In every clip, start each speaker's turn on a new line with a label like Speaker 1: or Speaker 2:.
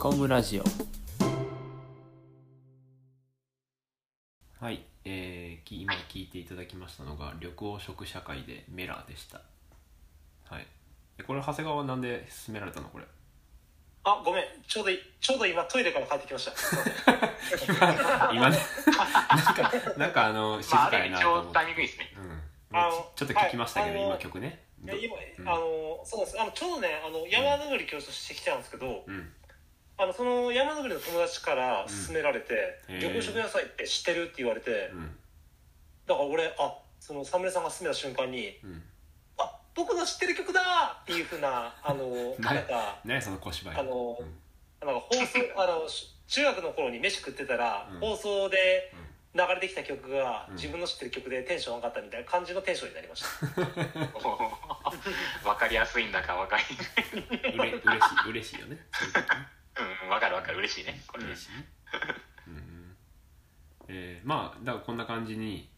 Speaker 1: コムラジオ
Speaker 2: はい、えー、き今聞いていただきましたのが緑黄色社会でメラーでしたはいえこれ長谷川はなんで勧められたのこれ
Speaker 3: あ、ごめん。ちょうどい、ちょうど今トイレから帰ってき ました。
Speaker 2: 今ねなんかなんかあの静
Speaker 4: まあ、あ
Speaker 2: か
Speaker 4: れ
Speaker 2: やな
Speaker 4: 一
Speaker 2: と
Speaker 4: 応
Speaker 2: 思って、
Speaker 4: タイミングいいですね。
Speaker 2: うん
Speaker 3: あ
Speaker 2: ち
Speaker 3: の
Speaker 2: ちょっと聞きましたけど、
Speaker 3: はいあの
Speaker 2: 今曲ね
Speaker 3: いや今、
Speaker 2: うん
Speaker 3: あの、そうなんです。あの、ちょうどね、あの、山登り教室してきたんですけど、
Speaker 2: うん
Speaker 3: あの、その山登りの友達から勧められて、
Speaker 2: うんへー
Speaker 3: 緑黄色野菜って知ってるって言われて、
Speaker 2: うん
Speaker 3: だから俺、あ、そのサムネさんが勧めた瞬間に、
Speaker 2: うん
Speaker 3: あ、僕の知ってる曲だっていうふうな、あ の、
Speaker 2: な
Speaker 3: なんか、
Speaker 2: 何やその小芝居
Speaker 3: あの
Speaker 2: うん
Speaker 3: なんか放 送、あの、し中学の頃に飯食ってたら、
Speaker 2: うん
Speaker 3: 放送で
Speaker 2: うん
Speaker 3: 流れてきた曲が、
Speaker 2: うん
Speaker 3: 自分の知ってる曲でテンション上がったみたいな感じのテンションになり ました。
Speaker 4: わかりやすいんだかわかり
Speaker 2: うれ嬉しい嬉しいよねそういうことね
Speaker 4: うん、わかるわかる、嬉しいね。これ
Speaker 2: 嬉しいねうんうんえーまあだからこんな感じに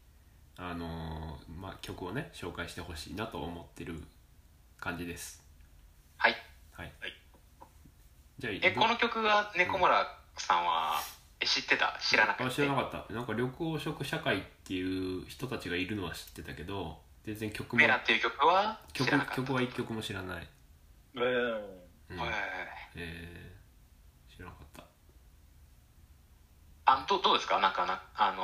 Speaker 2: あのーまあ曲をね紹介してほしいなと思ってる感じです
Speaker 4: はい。
Speaker 2: はい、
Speaker 4: はい
Speaker 2: じゃあ
Speaker 4: え、
Speaker 2: ど
Speaker 4: この曲は猫村さんはえ知ってた知らなか
Speaker 2: あ
Speaker 4: った。
Speaker 2: 知らなかったなんか緑黄色社会っていう人たちがいるのは知ってたけど全然曲も
Speaker 4: メラっていう曲は知
Speaker 2: 曲
Speaker 4: らなかった。
Speaker 2: 曲は一曲も知らない、
Speaker 3: うん。
Speaker 2: うん
Speaker 4: はいはいはい
Speaker 2: えー知らなかった
Speaker 4: あどどうですかなんかな、あの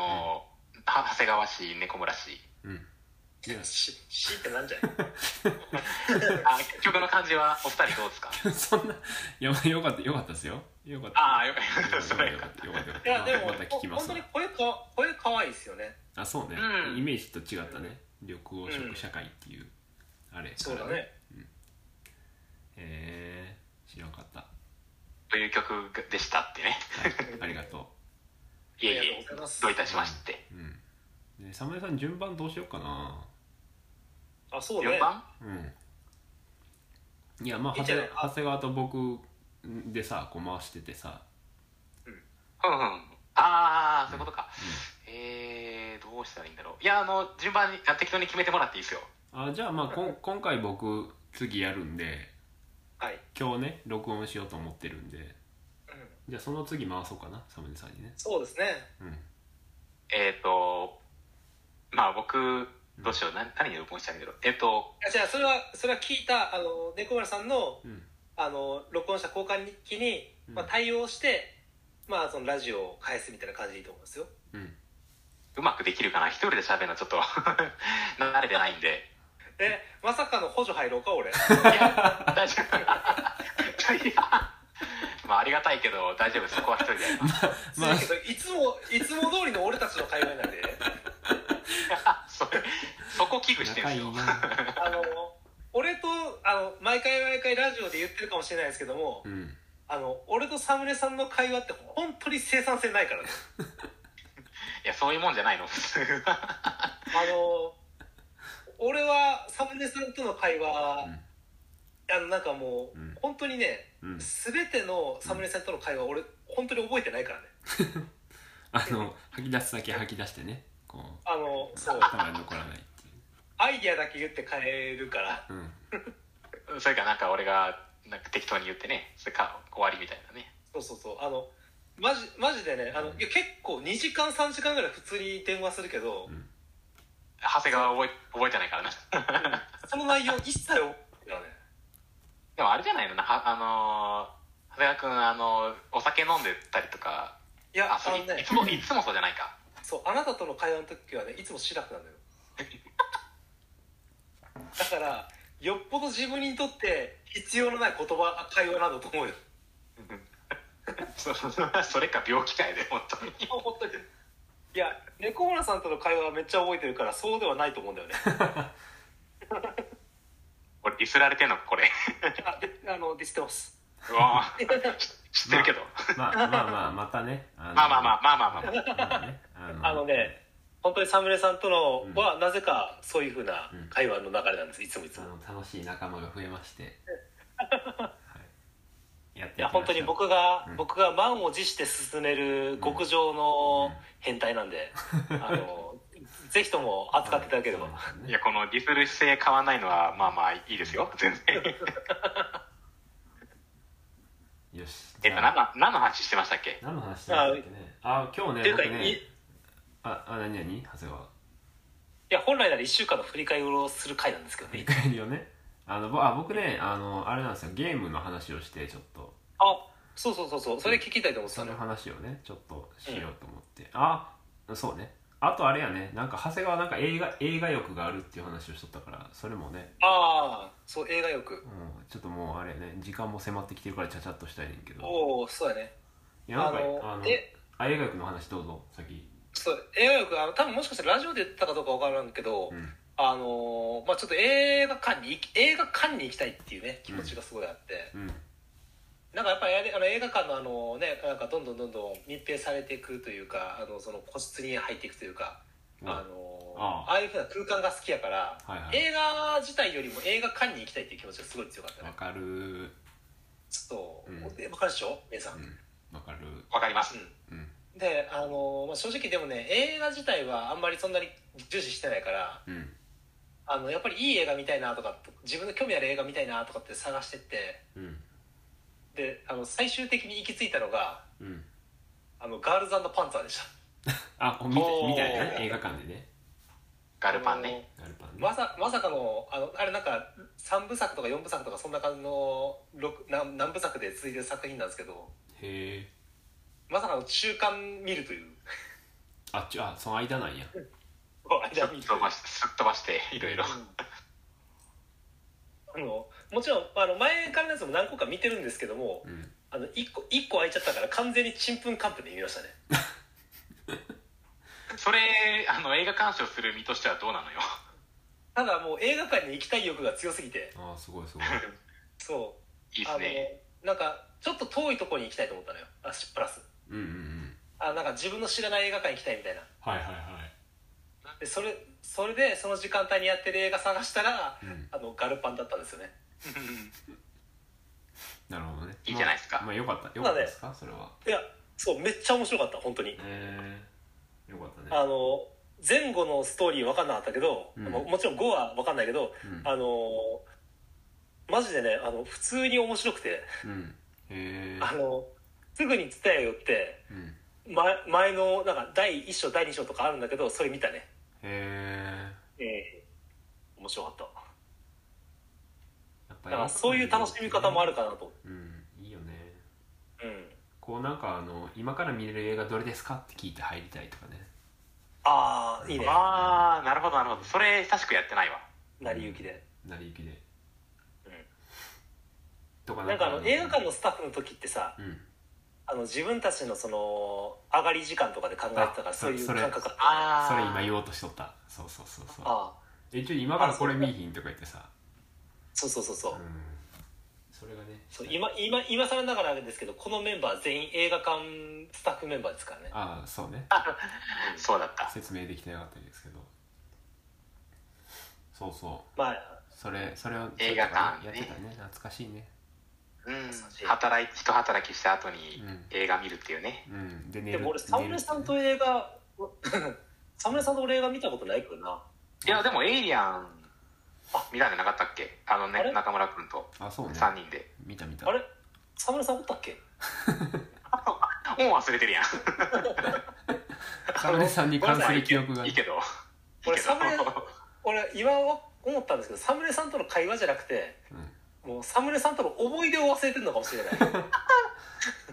Speaker 4: ーは長谷川氏、猫 村氏。
Speaker 2: うんいや
Speaker 3: し、しってなんじゃない
Speaker 4: あ曲の感じはお二人どうですか
Speaker 2: そんないやよかったよかったですよよかった
Speaker 4: ああ、よかった。それ
Speaker 2: よかったよかったよかった
Speaker 3: いや、でも、
Speaker 2: また聞きま
Speaker 3: 本
Speaker 2: す
Speaker 3: 当
Speaker 2: わ
Speaker 3: に声か、声可愛いですよね。
Speaker 2: あそうね、
Speaker 4: うん
Speaker 2: イメージと違ったね緑黄色社会っていう、あれ
Speaker 3: そうだね。
Speaker 2: へえ知らなかった、は
Speaker 4: という曲でしたってね。
Speaker 2: い、ありがと
Speaker 4: いえい
Speaker 3: ありが
Speaker 4: え
Speaker 3: とうございま、す
Speaker 4: どういたしまして。
Speaker 2: ううんねサムネさん順番どうしようかな
Speaker 3: あ、そう
Speaker 4: 4
Speaker 3: ね。
Speaker 4: 番
Speaker 2: うんいやまあ
Speaker 3: いいん
Speaker 2: 長
Speaker 3: じゃ
Speaker 2: 谷
Speaker 3: ない
Speaker 2: 長谷川と僕でさこう回しててさ
Speaker 4: うんうん。ああ、そういうことか。えー、どうしたらいいんだろう。いや、あの、順番に、あ適当に決めてもらっていいですよ。
Speaker 2: あじゃあまあこん今回僕次やるんで
Speaker 3: はい。
Speaker 2: 今日ね録音しようと思ってるんで
Speaker 3: うん
Speaker 2: じゃあその次回そうかなサムネさんにね
Speaker 3: そうですね。
Speaker 2: うん
Speaker 4: えっ、ー、と、まあ僕、どうしよう、な何に録音したらいいんだろう。えっ、と、
Speaker 3: いやじゃあ、それは、それは聞いた、あの、猫村さんの、
Speaker 2: うん
Speaker 3: あの、録音した交換日記に、
Speaker 2: うん
Speaker 3: まあ、対応して、まあ、そのラジオを返すみたいな感じでいいと思うんですよ。
Speaker 2: うん
Speaker 4: うまくできるかな。一人で喋るのちょっと、 慣れてないんで。
Speaker 3: え、まさかの補助入ろうか、俺。
Speaker 4: いや、大丈夫。 いやまあありがたいけど、大丈夫。そこは一人でやります。
Speaker 2: まあ
Speaker 3: そうだけどいつも、いつも通りの俺たちの会話なんで、
Speaker 4: それそこ危惧してる
Speaker 2: 仲
Speaker 4: んで
Speaker 2: い
Speaker 4: すよ
Speaker 2: い。な
Speaker 3: あの、俺と、あの、毎回毎回ラジオで言ってるかもしれないですけども、
Speaker 2: うん
Speaker 3: あの、俺とサムネさんの会話って本当に生産性ないからね。
Speaker 4: いや、そういうもんじゃないの、 普通は。
Speaker 3: あの、俺はサムネさんとの会話、
Speaker 2: うん
Speaker 3: あの、なんかもう、
Speaker 2: うん
Speaker 3: 本当にね、
Speaker 2: うん
Speaker 3: すべてのサムネさんとの会話、俺、本当に覚えてないからね。
Speaker 2: あの吐き出すだけ吐き出してねこう
Speaker 3: あの、そう、
Speaker 2: 頭に残らないってい
Speaker 3: アイディアだけ言って変えるから。
Speaker 2: ううん
Speaker 4: それかなんか俺が、なんか適当に言ってね、それか終わりみたいなね。
Speaker 3: そうそうそう。あの、マジ、マジでね、あの、いや結構2時間3時間ぐらい普通に電話するけど、
Speaker 2: うん
Speaker 4: 長谷川覚え覚えてないからな。
Speaker 3: その内容一切覚えてないね。
Speaker 4: でもあれじゃないのな、はあのー、長谷川君、あのーお酒飲んでたりとか、
Speaker 3: いや、
Speaker 4: あ、
Speaker 3: あ
Speaker 4: そう、
Speaker 3: の
Speaker 4: いい
Speaker 3: ね
Speaker 4: つ、も、いつもそうじゃないか。
Speaker 3: そう、あなたとの会話の時はね、いつもシラフなのよ。だから、よっぽど自分にとって必要のない言葉、会話なんだと思うよ。
Speaker 4: そそれか病気かいで、本当に。
Speaker 3: 今思ったけど。いや、猫村さんとの会話はめっちゃ覚えてるから、そうではないと思うんだよね。
Speaker 4: 俺、ディスられてんのか、こ れ。
Speaker 3: あ、で、あの、ディスってます。
Speaker 4: うわぁ知ってるけど。
Speaker 2: まあまあまあまたねあの
Speaker 4: まあまあまあ、まあまあまあまあ。
Speaker 2: まあねあ
Speaker 3: あのね、 本当にサムネさんとの
Speaker 2: うん
Speaker 3: は、なぜかそういうふうな
Speaker 2: うん
Speaker 3: 会話の流れなんです、いつもいつ
Speaker 2: あ
Speaker 3: も。
Speaker 2: の楽しい仲間が増えまして、はい、やって
Speaker 3: い
Speaker 2: いきましょう
Speaker 3: や、本当に僕が、
Speaker 2: うん
Speaker 3: 僕が満を持して進める極上の変態なんで、あの、ぜひとも扱っていただければ。
Speaker 2: そうで
Speaker 4: い
Speaker 2: すね
Speaker 4: や、このディスる姿勢変わ んないのは、まあまあ、いいですよ、全然。
Speaker 2: よよし
Speaker 4: えっと、何の何の話してましたっけ
Speaker 2: 何の話してたんだっけねあ今日ね
Speaker 3: っていうか
Speaker 2: 僕ね
Speaker 3: い
Speaker 2: ああ何何長谷川
Speaker 3: いや本来なら1週間の振り返りをする回なんですけど
Speaker 2: 振り
Speaker 3: ね
Speaker 2: 返りをねあのぼあ僕ねあのあれなんですよゲームの話をしてちょっと
Speaker 3: あそうそうそうそうそれ聞きたいと思って
Speaker 2: そ
Speaker 3: た
Speaker 2: の
Speaker 3: の
Speaker 2: 話をねちょっとしようと思って、あそうねあとあれやねなんか長谷川なんか映画映画欲があるっていう話をしとったからそれもね、
Speaker 3: ああそう映画よく
Speaker 2: うん、ちょっともうあれやね時間も迫ってきてるからちゃちゃっとしたいねんけど
Speaker 3: おおそうやね
Speaker 2: いやなんか
Speaker 3: あの
Speaker 2: あの
Speaker 3: え
Speaker 2: あ映画欲の話どうぞ先
Speaker 3: そう映画よくあの多分もしかしたらラジオで言ったかどうかわからんけど、
Speaker 2: うん
Speaker 3: あのーまあちょっと映画館に行き映画館に行きたいっていうね気持ちがすごいあって、
Speaker 2: うん
Speaker 3: なんかやっぱりあれあの映画館のあのねなんかどんどんどんどん密閉されていくというかあのその個室に入っていくというか、
Speaker 2: うん
Speaker 3: あの
Speaker 2: あ
Speaker 3: ああいうふうな空間が好きやから、
Speaker 2: はいはい
Speaker 3: 映画自体よりも映画館に行きたいっていう気持ちがすごい強かった
Speaker 2: わ
Speaker 3: ね
Speaker 2: かる
Speaker 3: ちょっと、
Speaker 2: うん
Speaker 3: わかるでしょ皆さん、
Speaker 2: う
Speaker 3: うん
Speaker 2: んわかる
Speaker 4: わかります。
Speaker 2: うん
Speaker 3: であの、まあ、正直でもね映画自体はあんまりそんなに重視してないから
Speaker 2: うん
Speaker 3: あのやっぱりいい映画見たいなとか自分の興味ある映画見たいなとかって探してって
Speaker 2: うん
Speaker 3: であの最終的に行き着いたのが
Speaker 2: うん
Speaker 3: あのガールズパンツァーでした
Speaker 2: あお見た
Speaker 4: おー
Speaker 2: 見たよね映画館でね
Speaker 4: ガルパンね。
Speaker 2: ガルパンね
Speaker 3: まさまさかのあのあれなんか3部作とか4部作とかそんな感じの六何何部作で続いてる作品なんですけど
Speaker 2: へえ
Speaker 3: まさかの中間見るという
Speaker 2: あちあその間なんや
Speaker 3: 間見る
Speaker 4: すっ飛ばして、すっ飛ばして、いろいろ。
Speaker 3: あのもちろんあの前からのやつも何個か見てるんですけども
Speaker 2: うん
Speaker 3: あの1個一個空いちゃったから完全にちんぷんかんぷんで見ましたね
Speaker 4: それ、あの、映画鑑賞する身としてはどうな のよ。
Speaker 3: ただもう映画館に行きたい欲が強すぎて
Speaker 2: あーすごいすごい
Speaker 3: そ
Speaker 4: いいうで
Speaker 3: あの
Speaker 4: すね。
Speaker 3: なんかちょっと遠いところに行きたいと思ったのよあプラス
Speaker 2: うんうんうん
Speaker 3: あなんか自分の知らない映画館行きたいみたいな
Speaker 2: はいはいはい
Speaker 3: でそれそれでその時間帯にやってる映画探したら、
Speaker 2: うん
Speaker 3: あのガルパンだったんですよね
Speaker 2: なるほどね
Speaker 4: いいじゃないですか
Speaker 2: まあまあよかったよかったですかそれはい
Speaker 3: やそうめっちゃ面白かった本当に、
Speaker 2: ええよかったね
Speaker 3: あの前後のストーリー分かんなかったけど、
Speaker 2: うん
Speaker 3: ももちろん5は分かんないけど、
Speaker 2: うん
Speaker 3: あのマジでねあの普通に面白くて、
Speaker 2: うんへえ
Speaker 3: あのすぐに伝えよって
Speaker 2: うんへ
Speaker 3: 前前のなんか第1章第2章とかあるんだけどそれ見たね
Speaker 2: え
Speaker 3: ええ面白かった
Speaker 2: やっぱ
Speaker 3: だ
Speaker 2: り
Speaker 3: からそういう楽しみ方もあるかなと
Speaker 2: うんいいよね
Speaker 3: うん
Speaker 2: こうなんかあの今から見れる映画どれですかって聞いて入りたいとかね
Speaker 3: ああいいね
Speaker 4: あー、なるほど、なるほど。それ、久しくやってないわ。
Speaker 3: 成り行きで、
Speaker 2: 成り行きで
Speaker 3: うん
Speaker 2: とか
Speaker 3: なんかあの映画館のスタッフの時ってさ
Speaker 2: うん
Speaker 3: あの自分たちのその上がり時間とかで考えてたから
Speaker 2: あ
Speaker 3: そういう
Speaker 2: それ
Speaker 3: 感覚あ
Speaker 4: あ
Speaker 2: それ今言
Speaker 4: う。
Speaker 2: おうとしとったそうそうそうそう
Speaker 3: あ
Speaker 2: えちょ今からこれ見いひんとか言ってさ
Speaker 3: そうそうそうそう,、
Speaker 2: うんそれがね
Speaker 3: そう今今今更ながらですけどこのメンバー全員映画館スタッフメンバーですからね
Speaker 2: ああそうね
Speaker 4: そうだった。
Speaker 2: 説明できてなかったですけどそうそう
Speaker 3: まあ
Speaker 2: それそれを
Speaker 4: 映画館
Speaker 2: やってたね懐かしいね
Speaker 4: うん。働い、一働きした後に
Speaker 2: うん
Speaker 4: 映画見るっていうね。
Speaker 2: うんで寝
Speaker 3: で
Speaker 2: る
Speaker 3: も俺サムネさんと映画 サムネさんと俺映画見たことないけどない
Speaker 4: や、でも、エイリアン、見たんじゃなかったっけあの
Speaker 3: あ
Speaker 4: ね、
Speaker 3: れ
Speaker 4: 中村くんと
Speaker 2: あそうね
Speaker 4: 3人で。
Speaker 2: 見た見た
Speaker 3: あれサムネさんおったっけ
Speaker 4: もう忘れてるやん。
Speaker 2: サムネさんに関する記憶が
Speaker 4: いいけど。
Speaker 3: 俺
Speaker 4: いいけ
Speaker 3: サ
Speaker 4: ど
Speaker 3: ムネ俺今は思ったんですけどサムネさんとの会話じゃなくて
Speaker 2: うん
Speaker 3: もうサムネさんとの思い出を忘れてるのかもしれ ない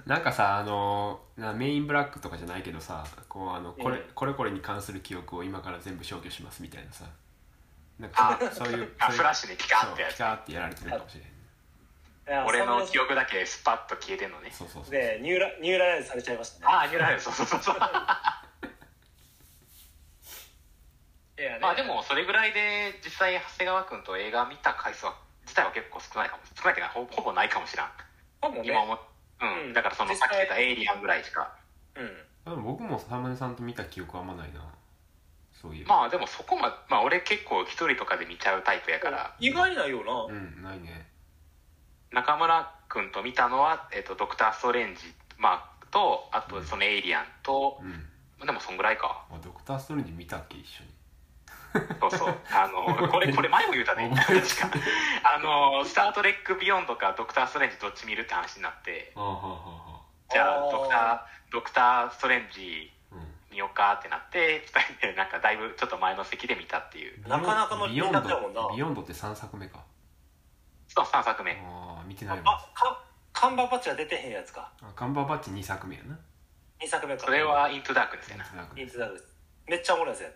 Speaker 2: なんかさあのなメインブラックとかじゃないけどさこうあのこれ、
Speaker 3: うん
Speaker 2: これこれに関する記憶を今から全部消去しますみたいなさなんかそうそういう
Speaker 4: あ、
Speaker 2: そういう
Speaker 4: フラッシュでピカ
Speaker 2: そ
Speaker 4: っ
Speaker 2: う
Speaker 4: てやつ
Speaker 2: ピ。カーってやられてるかもしれん
Speaker 3: いや
Speaker 4: 俺
Speaker 3: サム
Speaker 4: の
Speaker 3: ネ
Speaker 4: 記憶だけスパッと消えてんのね。
Speaker 2: そうそうそう
Speaker 3: でニューラニューラライズされちゃいましたね
Speaker 4: ああ、ニューラル、そうそうそうそう。
Speaker 3: いやね
Speaker 4: まあでも、それぐらいで、実際、長谷川君と映画見た回数は、自体は結構少ないかも。少ないけど、ほほぼないかもしらん。
Speaker 3: かもね
Speaker 4: 今思っ
Speaker 3: う
Speaker 4: うんん。だから、その、
Speaker 3: 実
Speaker 4: さ
Speaker 3: 際
Speaker 4: っき言ったエイリアンぐらいしか。
Speaker 3: うん
Speaker 2: でも僕もサムネさんと見た記憶はあんまないなそういう
Speaker 4: まあでも、そこま、まあ俺結構一人とかで見ちゃうタイプやから、
Speaker 3: 意外にないよな、
Speaker 2: うんないね
Speaker 4: 中村君と見たのは、えっと、ドクター・ストレンジ、まあ、と、あと、そのエイリアンと、
Speaker 2: うん
Speaker 4: でも、そんぐらいか。
Speaker 2: あドクターストレンジ見たっけ一緒に
Speaker 4: そうそう。あの、これ、これ前も言うたね。
Speaker 2: 覚えて
Speaker 4: 確か。あの、スター・トレック・ビヨンドか、ドクター・ストレンジどっち見るって話になって、
Speaker 2: あはあは
Speaker 4: じゃ
Speaker 3: あ
Speaker 4: あ、
Speaker 3: ー
Speaker 4: ドクター、ドクター・ストレンジ
Speaker 2: あは
Speaker 4: 見ようかってなって、二人でなんかだいぶちょっと前の席で見たっていう。
Speaker 2: あ
Speaker 3: なかなかの
Speaker 2: ビヨン
Speaker 3: 連絡だもんな
Speaker 2: ドビヨンドって3作目か
Speaker 4: そう、3作目。
Speaker 2: ああ見てないわ
Speaker 3: あかカンバーバッチは出てへんやつか
Speaker 2: あカンバーバッチ2作目やな
Speaker 3: 2作目か
Speaker 4: それはイントゥダークですよね。
Speaker 2: 2作目
Speaker 3: イ
Speaker 2: い
Speaker 3: ンツダルスめっちゃおもろいやつや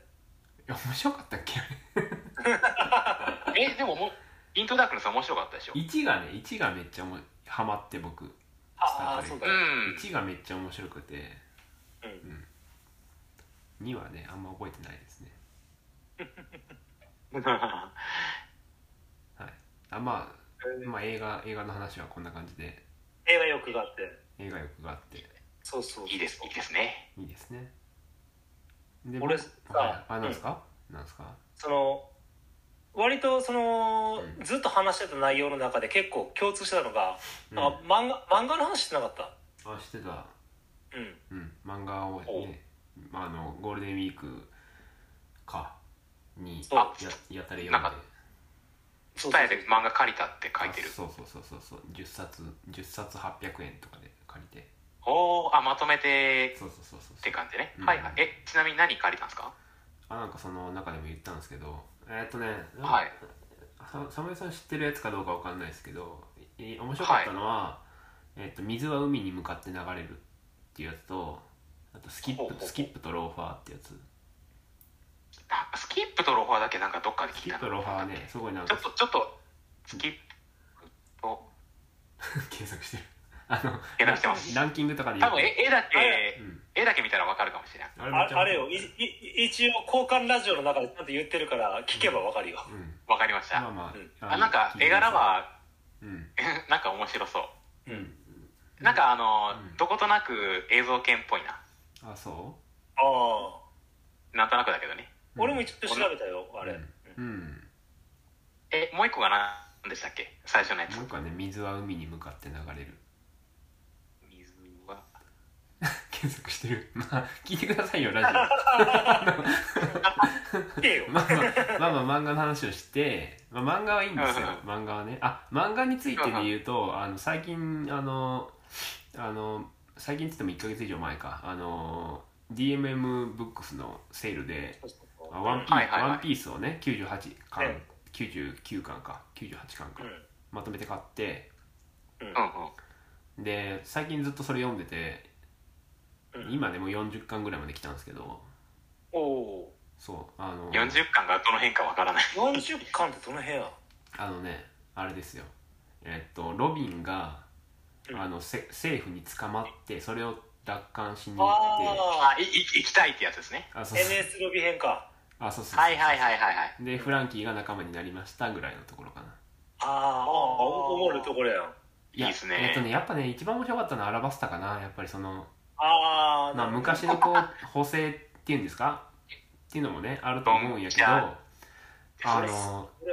Speaker 2: や面白かったっけ あれ
Speaker 4: え、でももう、イントゥダークのさ、面白かったでしょ。
Speaker 2: 1がね1がめっちゃおもハマって僕
Speaker 3: ああそうだ
Speaker 4: う
Speaker 3: ね
Speaker 4: ん。
Speaker 2: 1がめっちゃ面白くて
Speaker 3: うん
Speaker 2: 2はねあんま覚えてないですねはいあまあ、まあ、映画映画の話はこんな感じで
Speaker 3: 映画欲があって
Speaker 2: 映画欲があって
Speaker 3: そうそう
Speaker 4: いいです、いいですね。
Speaker 2: いいですねで
Speaker 3: 俺さ
Speaker 2: はいあなんですか、なんですか
Speaker 3: その割とその、
Speaker 2: うん
Speaker 3: ずっと話してた内容の中で結構共通してたのが、
Speaker 2: うん
Speaker 3: なんか漫画漫画の話してなかった
Speaker 2: あしてた
Speaker 3: うん
Speaker 2: うん漫画をねまああのゴールデンウィークかに
Speaker 3: そう
Speaker 2: ややったら読んで
Speaker 4: なんか
Speaker 3: そうそう
Speaker 4: 伝えて漫画借りたって書いてる
Speaker 2: あ。そうそうそうそうそう10冊10冊800円とかで借りて
Speaker 4: おー、あ、まとめて
Speaker 2: そうそうそうそう
Speaker 4: って感じね。
Speaker 2: うん
Speaker 4: はいはい。え、ちなみに何借りたんですか
Speaker 2: あなんかその中でも言ったんですけどえーっとね
Speaker 4: はい
Speaker 2: さサムエさん知ってるやつかどうかわかんないですけどい面白かったのは、えーっと「水は海に向かって流れる」っていうやつとあとスキップ
Speaker 4: ほうほうほう
Speaker 2: スキップとローファー」ってやつ
Speaker 4: あスキップとロファーだけなんかどっかで
Speaker 2: ス
Speaker 4: 聞
Speaker 2: キ
Speaker 4: い
Speaker 2: ッ
Speaker 4: た
Speaker 2: プと
Speaker 4: の
Speaker 2: ローファーはねすごいなん
Speaker 4: ちょ
Speaker 2: か
Speaker 4: っと、ちょっと、スキップと、
Speaker 2: 検索してるあの
Speaker 4: 検索してます
Speaker 2: ランキングとかで言
Speaker 4: 多
Speaker 2: うと
Speaker 4: 分絵絵だ
Speaker 3: あ
Speaker 4: け
Speaker 2: う、ん
Speaker 4: 絵だけ見たらわかるかもしれない。
Speaker 2: あれめ
Speaker 3: あ
Speaker 2: っちゃ
Speaker 3: あれよいい一応交換ラジオの中でちゃんと言ってるから聞けばわかるよ、
Speaker 2: うん
Speaker 4: わかりまし
Speaker 2: まあ
Speaker 4: た。
Speaker 2: ま
Speaker 3: うん
Speaker 2: あ
Speaker 4: あ、なんか絵柄は、
Speaker 2: うん
Speaker 4: なんか面白そう。
Speaker 2: うん
Speaker 4: なんかあの、
Speaker 2: うん
Speaker 4: どことなく映像系っぽいな。
Speaker 2: あそ
Speaker 3: ああ
Speaker 4: なんとなくだけどね。
Speaker 2: う
Speaker 3: 俺も一応調べたよ、
Speaker 2: 応
Speaker 3: あれ、
Speaker 2: うん、うん
Speaker 4: え、もう一個が何でしたっけ最初のやつ
Speaker 2: も。う一個はね「水は海に向かって流れる」
Speaker 4: 水は。
Speaker 2: 検索してる まあ聞いてくださいよラジオ
Speaker 3: 聞けよ、
Speaker 2: まあまあ、まあまあ、漫画の話をして、まあ、漫画はいいんですよ
Speaker 4: う
Speaker 2: 漫画はねあ漫画についてで言うとあの最近あのあの最近っつっても1ヶ月以上前かあの DMM ブックスのセールで「あワンピース
Speaker 4: はいはいはい
Speaker 2: ワンピースをね98巻、
Speaker 3: ね
Speaker 2: 99巻か98巻か、
Speaker 3: うん
Speaker 2: まとめて買って
Speaker 4: うんうん。
Speaker 2: で最近ずっとそれ読んでて
Speaker 3: うん
Speaker 2: 今でも40巻ぐらいまで来たんですけど
Speaker 3: おお
Speaker 2: そうあの
Speaker 4: 40巻がどの辺かわからない。
Speaker 3: 40巻ってどの辺や
Speaker 2: あのねあれですよえっとロビンが
Speaker 3: うん
Speaker 2: あのせ政府に捕まってそれを奪還しに行って
Speaker 3: ああ
Speaker 4: あ、い、い、行きたいってやつですね。
Speaker 2: あそうそう
Speaker 3: NS ロビー編か
Speaker 2: あそうそう
Speaker 4: はいはいはいはいはい。
Speaker 2: でフランキーが仲間になりましたぐらいのところかな
Speaker 3: ああおもろいところやん
Speaker 2: いや
Speaker 4: いいっすね
Speaker 2: えっとねやっぱね一番面白かったのはアラバスタかなやっぱりその、
Speaker 3: ああ
Speaker 2: まあ、昔のこう補正っていうんですかっていうのもねあると思うんやけど
Speaker 4: ドン
Speaker 3: キャ
Speaker 2: あ
Speaker 3: ー
Speaker 2: の
Speaker 3: それ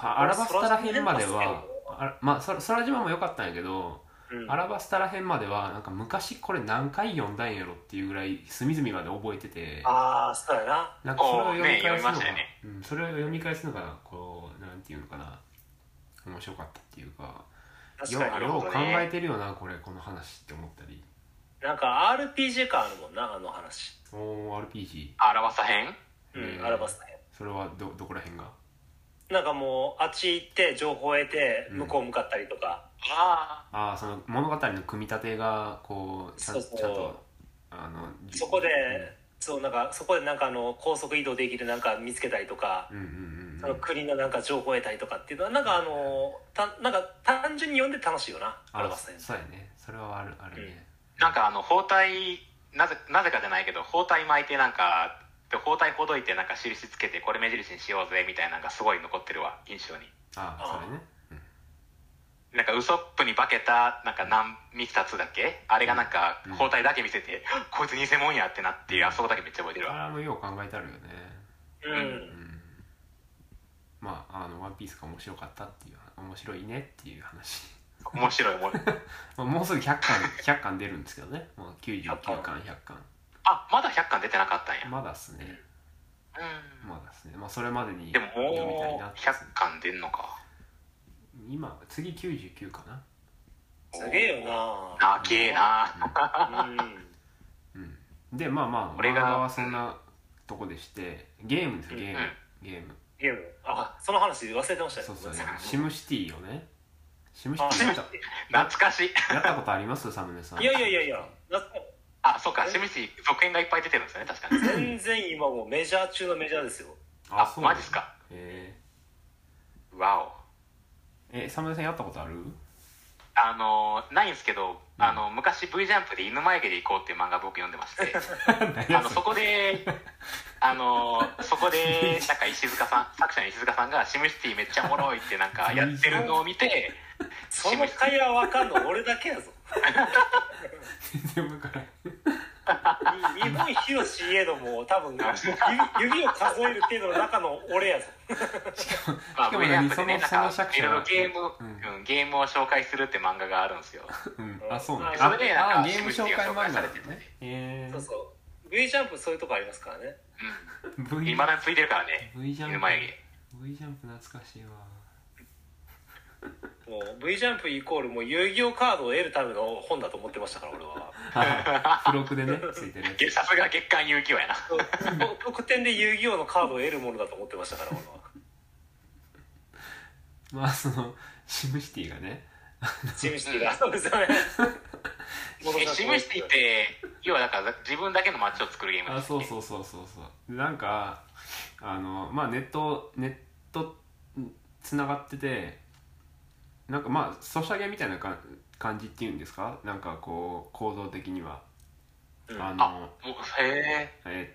Speaker 2: アラバスタらへんまで
Speaker 3: そら
Speaker 2: はあらまあそ空島も良かったんやけど
Speaker 3: うん
Speaker 2: アラバスタらへんまではなんか昔これ何回読んだんやろっていうぐらい隅々まで覚えてて
Speaker 3: ああそうやな
Speaker 2: なんかそれを
Speaker 4: おー
Speaker 2: 読み返すの
Speaker 4: ね読みまし
Speaker 2: が、
Speaker 4: たよね
Speaker 2: うん、それを読み返すのがこうなんていうのかな面白かったっていうか
Speaker 3: 確
Speaker 2: よ
Speaker 3: か
Speaker 4: な
Speaker 3: に
Speaker 4: る
Speaker 2: よ
Speaker 4: ほ
Speaker 2: う
Speaker 4: ど
Speaker 2: 考
Speaker 4: ね
Speaker 2: えてるよなこれこの話って思ったり
Speaker 3: なんか RPG 感あるもんなあの話
Speaker 2: おー RPG
Speaker 4: 表さへん
Speaker 3: うん
Speaker 2: うん
Speaker 3: アラバスタ編
Speaker 2: それはどどこら辺が
Speaker 3: なんかもうあっち行って情報を得て
Speaker 2: うん
Speaker 3: 向こう向かったりとか、
Speaker 4: あ
Speaker 2: ああその物語の組み立てがこうちゃん
Speaker 3: そうそう
Speaker 2: ちゃんとあの
Speaker 3: そこで、そうなんかそこでなんかあの高速移動できるなんか見つけたりとか、
Speaker 2: うんうんうん
Speaker 3: そ
Speaker 2: うんう
Speaker 3: の
Speaker 2: ん
Speaker 3: 国のなんか情報を得たりとかっていうのはなんかあのたなんか単純に読んで楽しいよなア
Speaker 2: あ
Speaker 3: ルバス編
Speaker 2: そうやねそれはあるあるね、
Speaker 4: あ。なんかあの、包帯、なぜ、なぜかじゃないけど、包帯巻いてなんか、で包帯ほどいてなんか印つけてこれ目印にしようぜみたいなのがすごい残ってるわ、印象に。
Speaker 2: ああそれねうん
Speaker 4: なんかウソップに化けたなんか何ミキタツだっけあれがなんか
Speaker 2: うん
Speaker 4: 包帯だけ見せて、 こいつ偽物やってなっていうあそこだけめっちゃ覚えてるわ
Speaker 2: あれもよう考えてあるよね
Speaker 3: うん、
Speaker 2: うんまあ、あの、ワンピースが面白かったっていう、面白いねっていう話。
Speaker 4: 面白いもん
Speaker 2: まあ、もうすぐ100巻、100巻出 るんですけどね。もう99巻、100巻。
Speaker 4: あまだ100巻出てなかったん や、
Speaker 2: まだっすね。
Speaker 4: うん
Speaker 2: まだっすね。まあ、それまでに
Speaker 4: でも
Speaker 2: 読みたいな
Speaker 4: もう
Speaker 2: って
Speaker 4: 100巻出んのか
Speaker 2: 今次99かな
Speaker 3: すげえよ
Speaker 4: なげえな
Speaker 3: なうん
Speaker 2: でまあまあ
Speaker 4: 俺が
Speaker 2: 漫画はそんなとこでしてゲームですよゲーム
Speaker 4: うん
Speaker 2: ゲーム
Speaker 3: ゲームあその話忘れてましたね
Speaker 2: そうそう
Speaker 3: ごめんなさい
Speaker 2: シムシティをねシムシティやった
Speaker 4: 懐かしい
Speaker 2: やったことありますサムネさん
Speaker 3: いやいやいやいやな
Speaker 4: あそうかシムシティ続編がいっぱい出てるんですよね確かに
Speaker 3: 全然今もうメジャー中のメジャーですよ
Speaker 2: あ
Speaker 4: あ
Speaker 2: そう
Speaker 4: マジっすか
Speaker 2: えー
Speaker 4: わお
Speaker 2: えサムネさんやったことある
Speaker 4: あのないんですけど、あの昔 V ジャンプで犬眉毛で行こうっていう漫画僕読んでまして あのそこであのそ こでなんか石塚さん作者の石塚さんが「シムシティめっちゃおもろい」ってな んかやってるのを見て
Speaker 3: その会話わかんの俺だけ やぞ
Speaker 2: 全然分からん
Speaker 3: 日本広し家のも 多分指指を数える程度の中の俺やぞ
Speaker 4: まあ
Speaker 2: しかも
Speaker 4: V ジャンプでね
Speaker 2: そ
Speaker 4: な
Speaker 2: の
Speaker 4: ん
Speaker 2: その
Speaker 4: か
Speaker 2: 作
Speaker 4: い
Speaker 2: 者
Speaker 4: ろいろゲーム、
Speaker 2: う
Speaker 4: うんゲームを紹介するって漫画があるんですよ
Speaker 2: うんあそうなん
Speaker 3: あ
Speaker 2: だ
Speaker 4: それでなんか
Speaker 2: あゲーム紹介漫画だっ
Speaker 4: シムシティが紹介されて
Speaker 2: たね
Speaker 4: て
Speaker 2: え
Speaker 3: そうそう V ジャンプそういうとこありますからね
Speaker 2: ー
Speaker 4: い
Speaker 2: V
Speaker 4: まだについてるからね
Speaker 2: V ジャンプ
Speaker 4: 犬眉毛
Speaker 2: V ジャンプ懐かしいわ
Speaker 3: もう V ジャンプイコールもう遊戯王カードを得るための本だと思ってましたから俺 は
Speaker 2: 付録で ねついてるやつ
Speaker 4: げさすが月刊遊戯王やな
Speaker 3: 特典で遊戯王のカードを得るものだと思ってましたから俺は
Speaker 2: まあそのシムシティがね
Speaker 3: シムシティがそうです よね
Speaker 4: えシムシティって要はだから自分だけの街を作るゲーム
Speaker 2: あ
Speaker 4: です
Speaker 2: そうそうそうそうそうなんかあのまあネットネットつながっててなんかまあソシャゲみたいなか感じっていうんですかなんかこう構造的には、
Speaker 3: うん
Speaker 2: あの
Speaker 4: あもうへ
Speaker 2: えっ、
Speaker 4: なる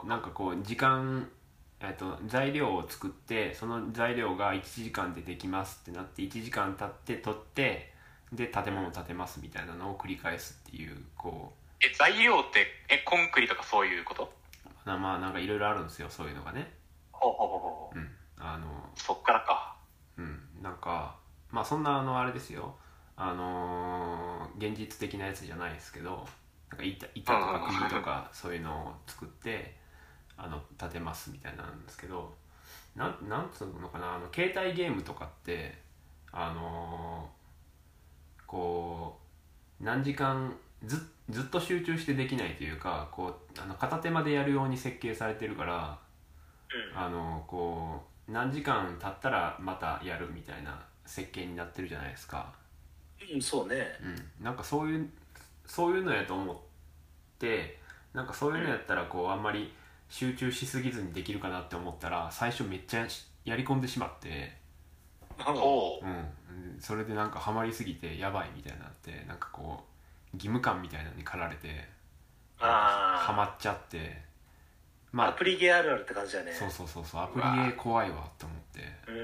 Speaker 2: と
Speaker 4: ど
Speaker 2: なんかこう時間えっと材料を作ってその材料が1時間でできますってなって1時間経って取ってで建物を建てますみたいなのを繰り返すっていうこう
Speaker 4: ええ材料ってえコンクリとかそういうこと
Speaker 2: なまあなんかいろいろあるんですよそういうのがね
Speaker 4: ほうほうほうほ
Speaker 2: うんあの
Speaker 4: うそっからか
Speaker 2: うん、なんかまあそんなあのあれですよあのー現実的なやつじゃないですけどなんか板板とか釘とかそういうのを作ってあの建てますみたいなんですけどなんなんつうのかなあの携帯ゲームとかってあのーこう何時間ずずっと集中してできないというかこうあの片手間でやるように設計されてるからあのこう何時間経ったらまたやるみたいな設計になってるじゃないですか、
Speaker 3: うん、うん、そうね
Speaker 2: うん、なんかそういうそういうのやと思ってなんかそういうのやったらこうあんまり集中しすぎずにできるかなって思ったら最初めっちゃしやり込んでしまって、
Speaker 4: ほう
Speaker 2: うん、それでなんかハマりすぎてやばいみたいになってなんかこう義務感みたいなのに駆られてハ
Speaker 3: あ
Speaker 2: マっちゃって
Speaker 3: あ
Speaker 2: ま
Speaker 3: ア
Speaker 2: あ
Speaker 3: プリゲーあるあるって感じだね
Speaker 2: そうそうそうそうアプリゲー怖いわって思って。
Speaker 3: う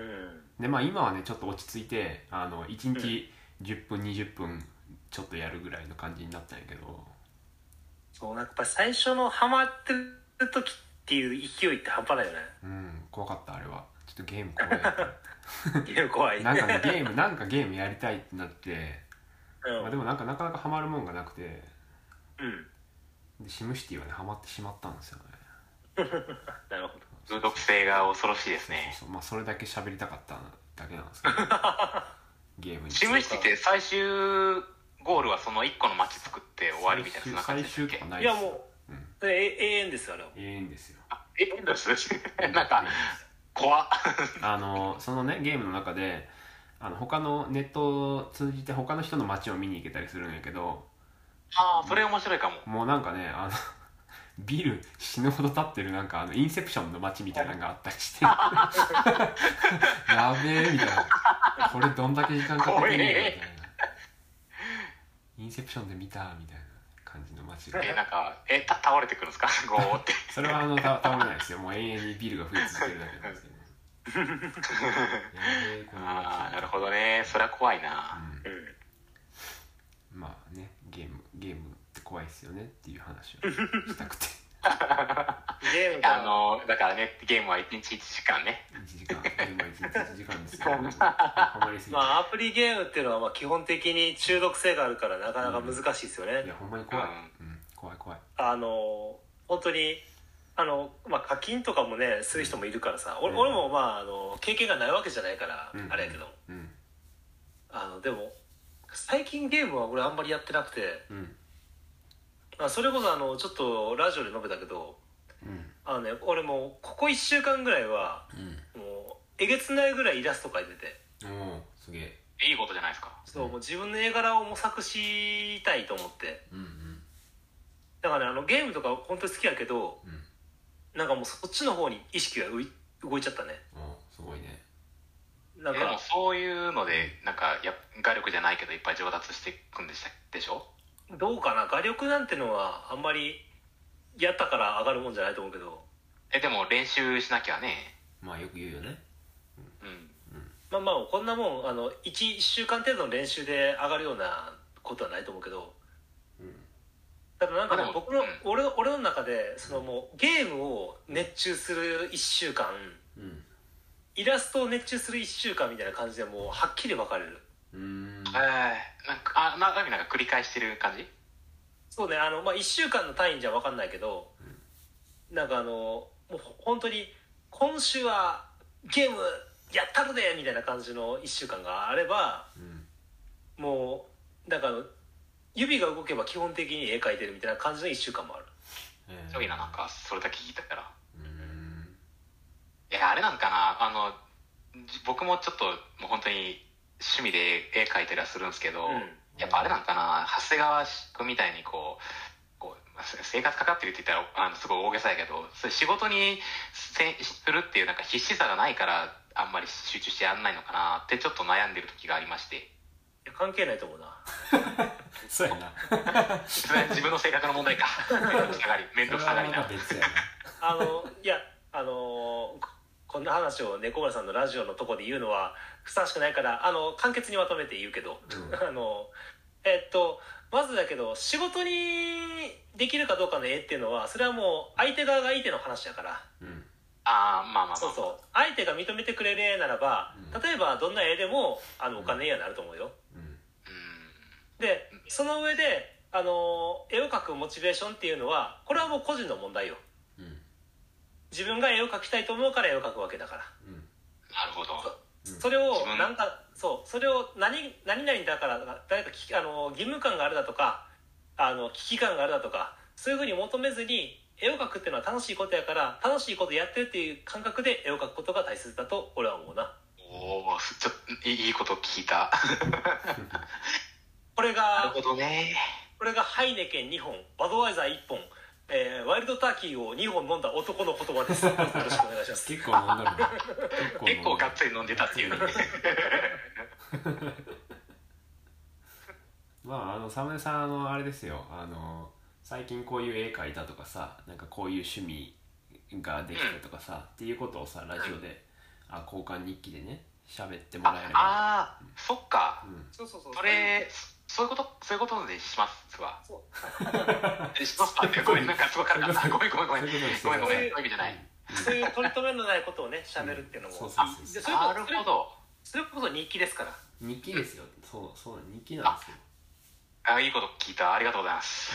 Speaker 3: ん
Speaker 2: でまあ今はねちょっと落ち着いてあの1日10分20分ちょっとやるぐらいの感じになったんやけど
Speaker 3: そうなんかやっぱり最初のハマってる時っていう勢いって半端ないよね
Speaker 2: うん怖かったあれはちょっとゲーム怖い
Speaker 3: ゲーム 怖い
Speaker 2: なんかねゲームなんかゲームやりたいってなって、
Speaker 3: うん
Speaker 2: まあ、でもなんかなかなかハマるもんがなくて
Speaker 3: うん
Speaker 2: でシムシティはねハマってしまったんですよね
Speaker 3: なるほど
Speaker 4: 中毒性が恐ろしいですね
Speaker 2: そうまあそれだけ喋りたかっただけなん ですけどゲームに
Speaker 4: シムシティって最終ゴールはその1個の街作って終わりみたいなそんな感じ
Speaker 2: 最
Speaker 4: で
Speaker 2: 終
Speaker 4: したっ
Speaker 2: と
Speaker 4: け
Speaker 2: かない
Speaker 3: い
Speaker 2: で
Speaker 3: や
Speaker 2: す
Speaker 3: も
Speaker 2: う
Speaker 3: うんそれえ永遠ですよあれは
Speaker 2: 永遠ですよ
Speaker 4: あえエンドレス なんか怖っ
Speaker 2: あのそのねゲームの中であの他のネットを通じて他の人の街を見に行けたりするんやけど
Speaker 4: ああそれ面白いかも
Speaker 2: もうなんかねあの ビル死ぬほど立ってるなんかあのインセプションの街みたいなのがあったり してやべえみたいなこれどんだけ時間かかってんねんみたいなインセプションで見たみたいな感じの街が
Speaker 4: えなんかえた倒れてくるんですか ゴーって
Speaker 2: それはあのた倒れないですよもう永遠にビルが増え続けるだけなんですけど やべえこの街
Speaker 4: ああなるほどねそれは怖いな
Speaker 2: うん
Speaker 3: うん
Speaker 2: まあねゲームゲームって怖いですよねっていう話をしたくて
Speaker 3: ゲーム
Speaker 4: あ
Speaker 3: が
Speaker 4: のだからねゲームは1日1時間ね
Speaker 2: 1時間今1日1時間ですよハマりすぎて、
Speaker 3: まあアプリゲームっていうのはまあ基本的に中毒性があるからなかなか難しいですよね、
Speaker 2: いやほんまに怖い、うん、怖い怖い
Speaker 3: あの本当にあの、まあ、課金とかもねする人もいるからさ、俺
Speaker 2: うん
Speaker 3: 俺もまああの経験がないわけじゃないから、
Speaker 2: うん
Speaker 3: あれやけど
Speaker 2: うん
Speaker 3: あのでも最近ゲームは俺あんまりやってなくて
Speaker 2: うん
Speaker 3: あそれこそあのちょっとラジオで述べたけど
Speaker 2: うん
Speaker 3: あのね俺もうここ1週間ぐらいはもうえげつないぐらいイラスト描いてて
Speaker 2: うんおおすげえ
Speaker 4: いいことじゃないですか
Speaker 3: そう
Speaker 2: うん
Speaker 3: もう自分の絵柄を模索したいと思って
Speaker 2: うんうん
Speaker 3: だからねあのゲームとか本当に好きやけど
Speaker 2: うん
Speaker 3: なんかもうそっちの方に意識がうい動いちゃったね
Speaker 2: おおすごいね
Speaker 3: なん
Speaker 4: でも
Speaker 3: か
Speaker 4: そういうのでなんかや画力じゃないけどいっぱい上達していくんでしたでしょ
Speaker 3: どうかな画力なんてのはあんまりやったから上がるもんじゃないと思うけど、
Speaker 4: えでも練習しなきゃね
Speaker 2: まあよく言うよね
Speaker 4: うん
Speaker 3: まあまあこんなもんあの 1, 週間程度の練習で上がるようなことはないと思うけど
Speaker 2: うん
Speaker 3: ただなんかね
Speaker 4: まあでも
Speaker 3: 僕の、
Speaker 4: うん
Speaker 3: 俺の俺の中でそのもうゲームを熱中する1週間
Speaker 2: うん
Speaker 3: イラストを熱中する1週間みたいな感じでもうはっきり分かれる
Speaker 2: うーん
Speaker 4: えー、なんかあなある意味なんか繰り返してる感じ
Speaker 3: そうねあの、まあ、1週間の単位じゃ分かんないけど、なんかあのもうほ本当に今週はゲームやったるでみたいな感じの1週間があれば
Speaker 2: うん
Speaker 3: もうなんかあの指が動けば基本的に絵描いてるみたいな感じの1週間もある
Speaker 2: え
Speaker 4: すごいななんかそれだけ聞いたから
Speaker 2: うーん
Speaker 4: いやあれなんかなあのじ僕もちょっともう本当に趣味で絵描いたりはするんですけど、
Speaker 3: うん
Speaker 4: やっぱあれなんかな長谷川君みたいにこうこうまあせ生活かかってるって言ったらあのすごい大げさやけどそういう仕事にせするっていうなんか必死さがないからあんまり集中してやんないのかなってちょっと悩んでる時がありまして
Speaker 3: いや関係ないと思うな
Speaker 2: そうやな
Speaker 4: それは自分の性格の問題か面倒く さがり面倒くさがり
Speaker 2: それはまた
Speaker 4: な
Speaker 2: 別やな
Speaker 3: あのいやあのここんな話を猫村さんのラジオのとこで言うのはふさわしくないからあの簡潔にまとめて言うけど、
Speaker 2: う
Speaker 3: あのえっとまずだけど仕事にできるかどうかの絵っていうのはそれはもう相手側が相手の話だから
Speaker 2: うん
Speaker 4: ああまあまあまあ
Speaker 3: そうそう相手が認めてくれる絵ならば
Speaker 2: うん
Speaker 3: 例えばどんな絵でもあのお金にはなると思うよ
Speaker 2: うん
Speaker 4: うん
Speaker 3: でその上であの絵を描くモチベーションっていうのはこれはもう個人の問題よ
Speaker 2: うん
Speaker 3: 自分が絵を描きたいと思うから絵を描くわけだから
Speaker 2: うん
Speaker 4: なるほど
Speaker 2: うん
Speaker 3: それを
Speaker 4: 自分
Speaker 3: なんかそうそれを何何々だから誰か聞きあの義務感があるだとかあの危機感があるだとかそういうふうに求めずに絵を描くっていうのは楽しいことやから楽しいことやってるっていう感覚で絵を描くことが大切だと俺は思うな
Speaker 4: おおちょっといいいこと聞いた
Speaker 3: これが
Speaker 4: どね
Speaker 3: これがハイネケン2本バドワイザー1本、えーワイルドターキーを2本飲んだ男の言葉で すよろしくお願いします
Speaker 2: 結構飲んどるな
Speaker 4: 結構がっつ
Speaker 2: り
Speaker 4: り飲んでたっていうね
Speaker 2: まああのサムネさんあのあれですよあの最近こういう絵描いたとかさなんかこういう趣味ができたとかさ、っていうことをさラジオで、あ交換日記でね喋ってもらえれば
Speaker 4: ああーそっか
Speaker 2: うん
Speaker 3: そうそうそう
Speaker 4: それそういうことそういうことでしますわ
Speaker 3: そう
Speaker 4: えしますかってごめんなんかすごい軽かったごめんごめんごめんごめんごめんごめんそういう意味じゃない
Speaker 3: そういう取り留めのないことをね喋るっていうのも、
Speaker 2: そうそうそう
Speaker 3: いい
Speaker 2: そう
Speaker 3: でそれこ
Speaker 4: な
Speaker 3: そ
Speaker 4: るほど
Speaker 3: それこそ日記ですから
Speaker 2: 日記ですよそうそう日記なんですよ
Speaker 4: あいいこと聞いたありがとうございます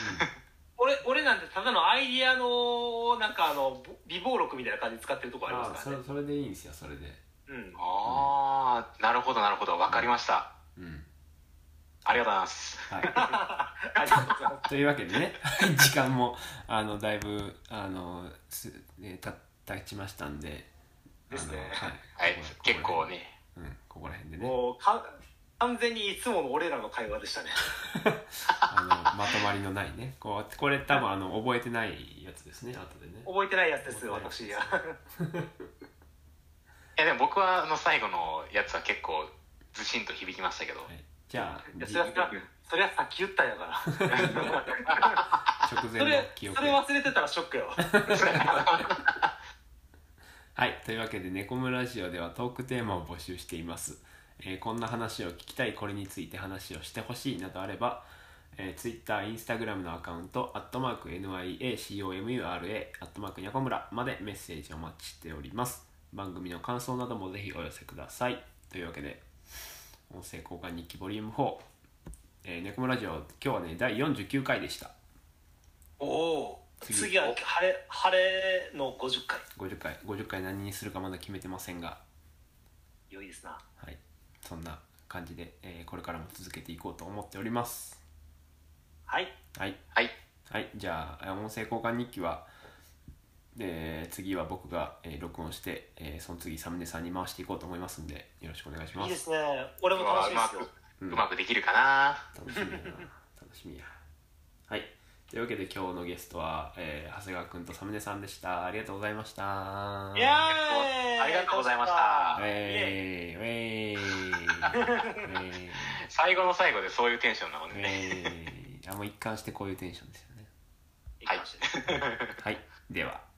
Speaker 3: 俺俺なんてただのアイディアのなんかあのぼ微暴録みたいな感じで使ってるとこあり
Speaker 2: あ
Speaker 3: ま
Speaker 2: あ
Speaker 3: す
Speaker 2: そ
Speaker 3: か
Speaker 2: れ
Speaker 3: らね
Speaker 2: それでいいんですよそれで
Speaker 3: うん
Speaker 4: ああなるほどなるほどわかりました
Speaker 2: うん
Speaker 4: ありがとうございます
Speaker 2: はい
Speaker 3: ありがとうございます
Speaker 2: というわけでね 時間もあのだいぶあのす、ね、た経ちましたんで
Speaker 3: ですね
Speaker 2: あの
Speaker 4: はい結構、ね
Speaker 2: ここら辺うん、ここら 辺でね
Speaker 3: もうか完全にいつもの俺らの会話でしたね
Speaker 2: あのまとまりのないねこうこれ多分あの覚えてないやつですね後でね
Speaker 3: 覚えてないやつです私が
Speaker 4: いやでも僕はあの最後のやつは結構ずしんと響きました けど
Speaker 2: はい、じゃ
Speaker 3: い
Speaker 2: あ
Speaker 3: や
Speaker 2: じ
Speaker 3: それはそれはさっき言ったんやから
Speaker 2: 直前
Speaker 3: そ
Speaker 2: の
Speaker 3: れ
Speaker 2: 記憶
Speaker 3: それ忘れてたらショックよ
Speaker 2: はい、というわけで「ネコムラジオ」ではトークテーマを募集しています、えーこんな話を聞きたいこれについて話をしてほしいなどあれば、えー、Twitter、Instagram のアカウント「#NIACOMURA」「ニャコムラ」までメッセージをお待ちしております番組の感想などもぜひお寄せくださいというわけで音声交換日記ボリューム4、えー、ネコムラジオ今日はね第49回でした
Speaker 3: おお
Speaker 2: 次
Speaker 3: 次は晴れ晴れの50回
Speaker 2: 50回50回何にするかまだ決めてませんが
Speaker 3: 良いですな
Speaker 2: はい、そんな感じで、えーこれからも続けていこうと思っております
Speaker 3: はい
Speaker 2: はい
Speaker 4: はい
Speaker 2: はい、じゃあ音声交換日記は、えー次は僕が、えー録音して、えーその次サムネさんに回していこうと思いますんでよろしくお願いしま
Speaker 3: いい
Speaker 2: す。
Speaker 3: ですね俺も楽しみですよ
Speaker 2: うん
Speaker 4: うまくできるかな
Speaker 2: 楽しみやな楽しみや。はい、というわけで今日のゲストは、えー長谷川くんとサムネさんでした。ありがとうございました。
Speaker 3: いや
Speaker 4: ありがとうございました
Speaker 2: えー、 えー、えー、
Speaker 4: 最後の最後でそういうテンションなのでね、
Speaker 2: えー、あもう一貫してこういうテンションですよね。
Speaker 3: いいかもしれない
Speaker 2: はい、では。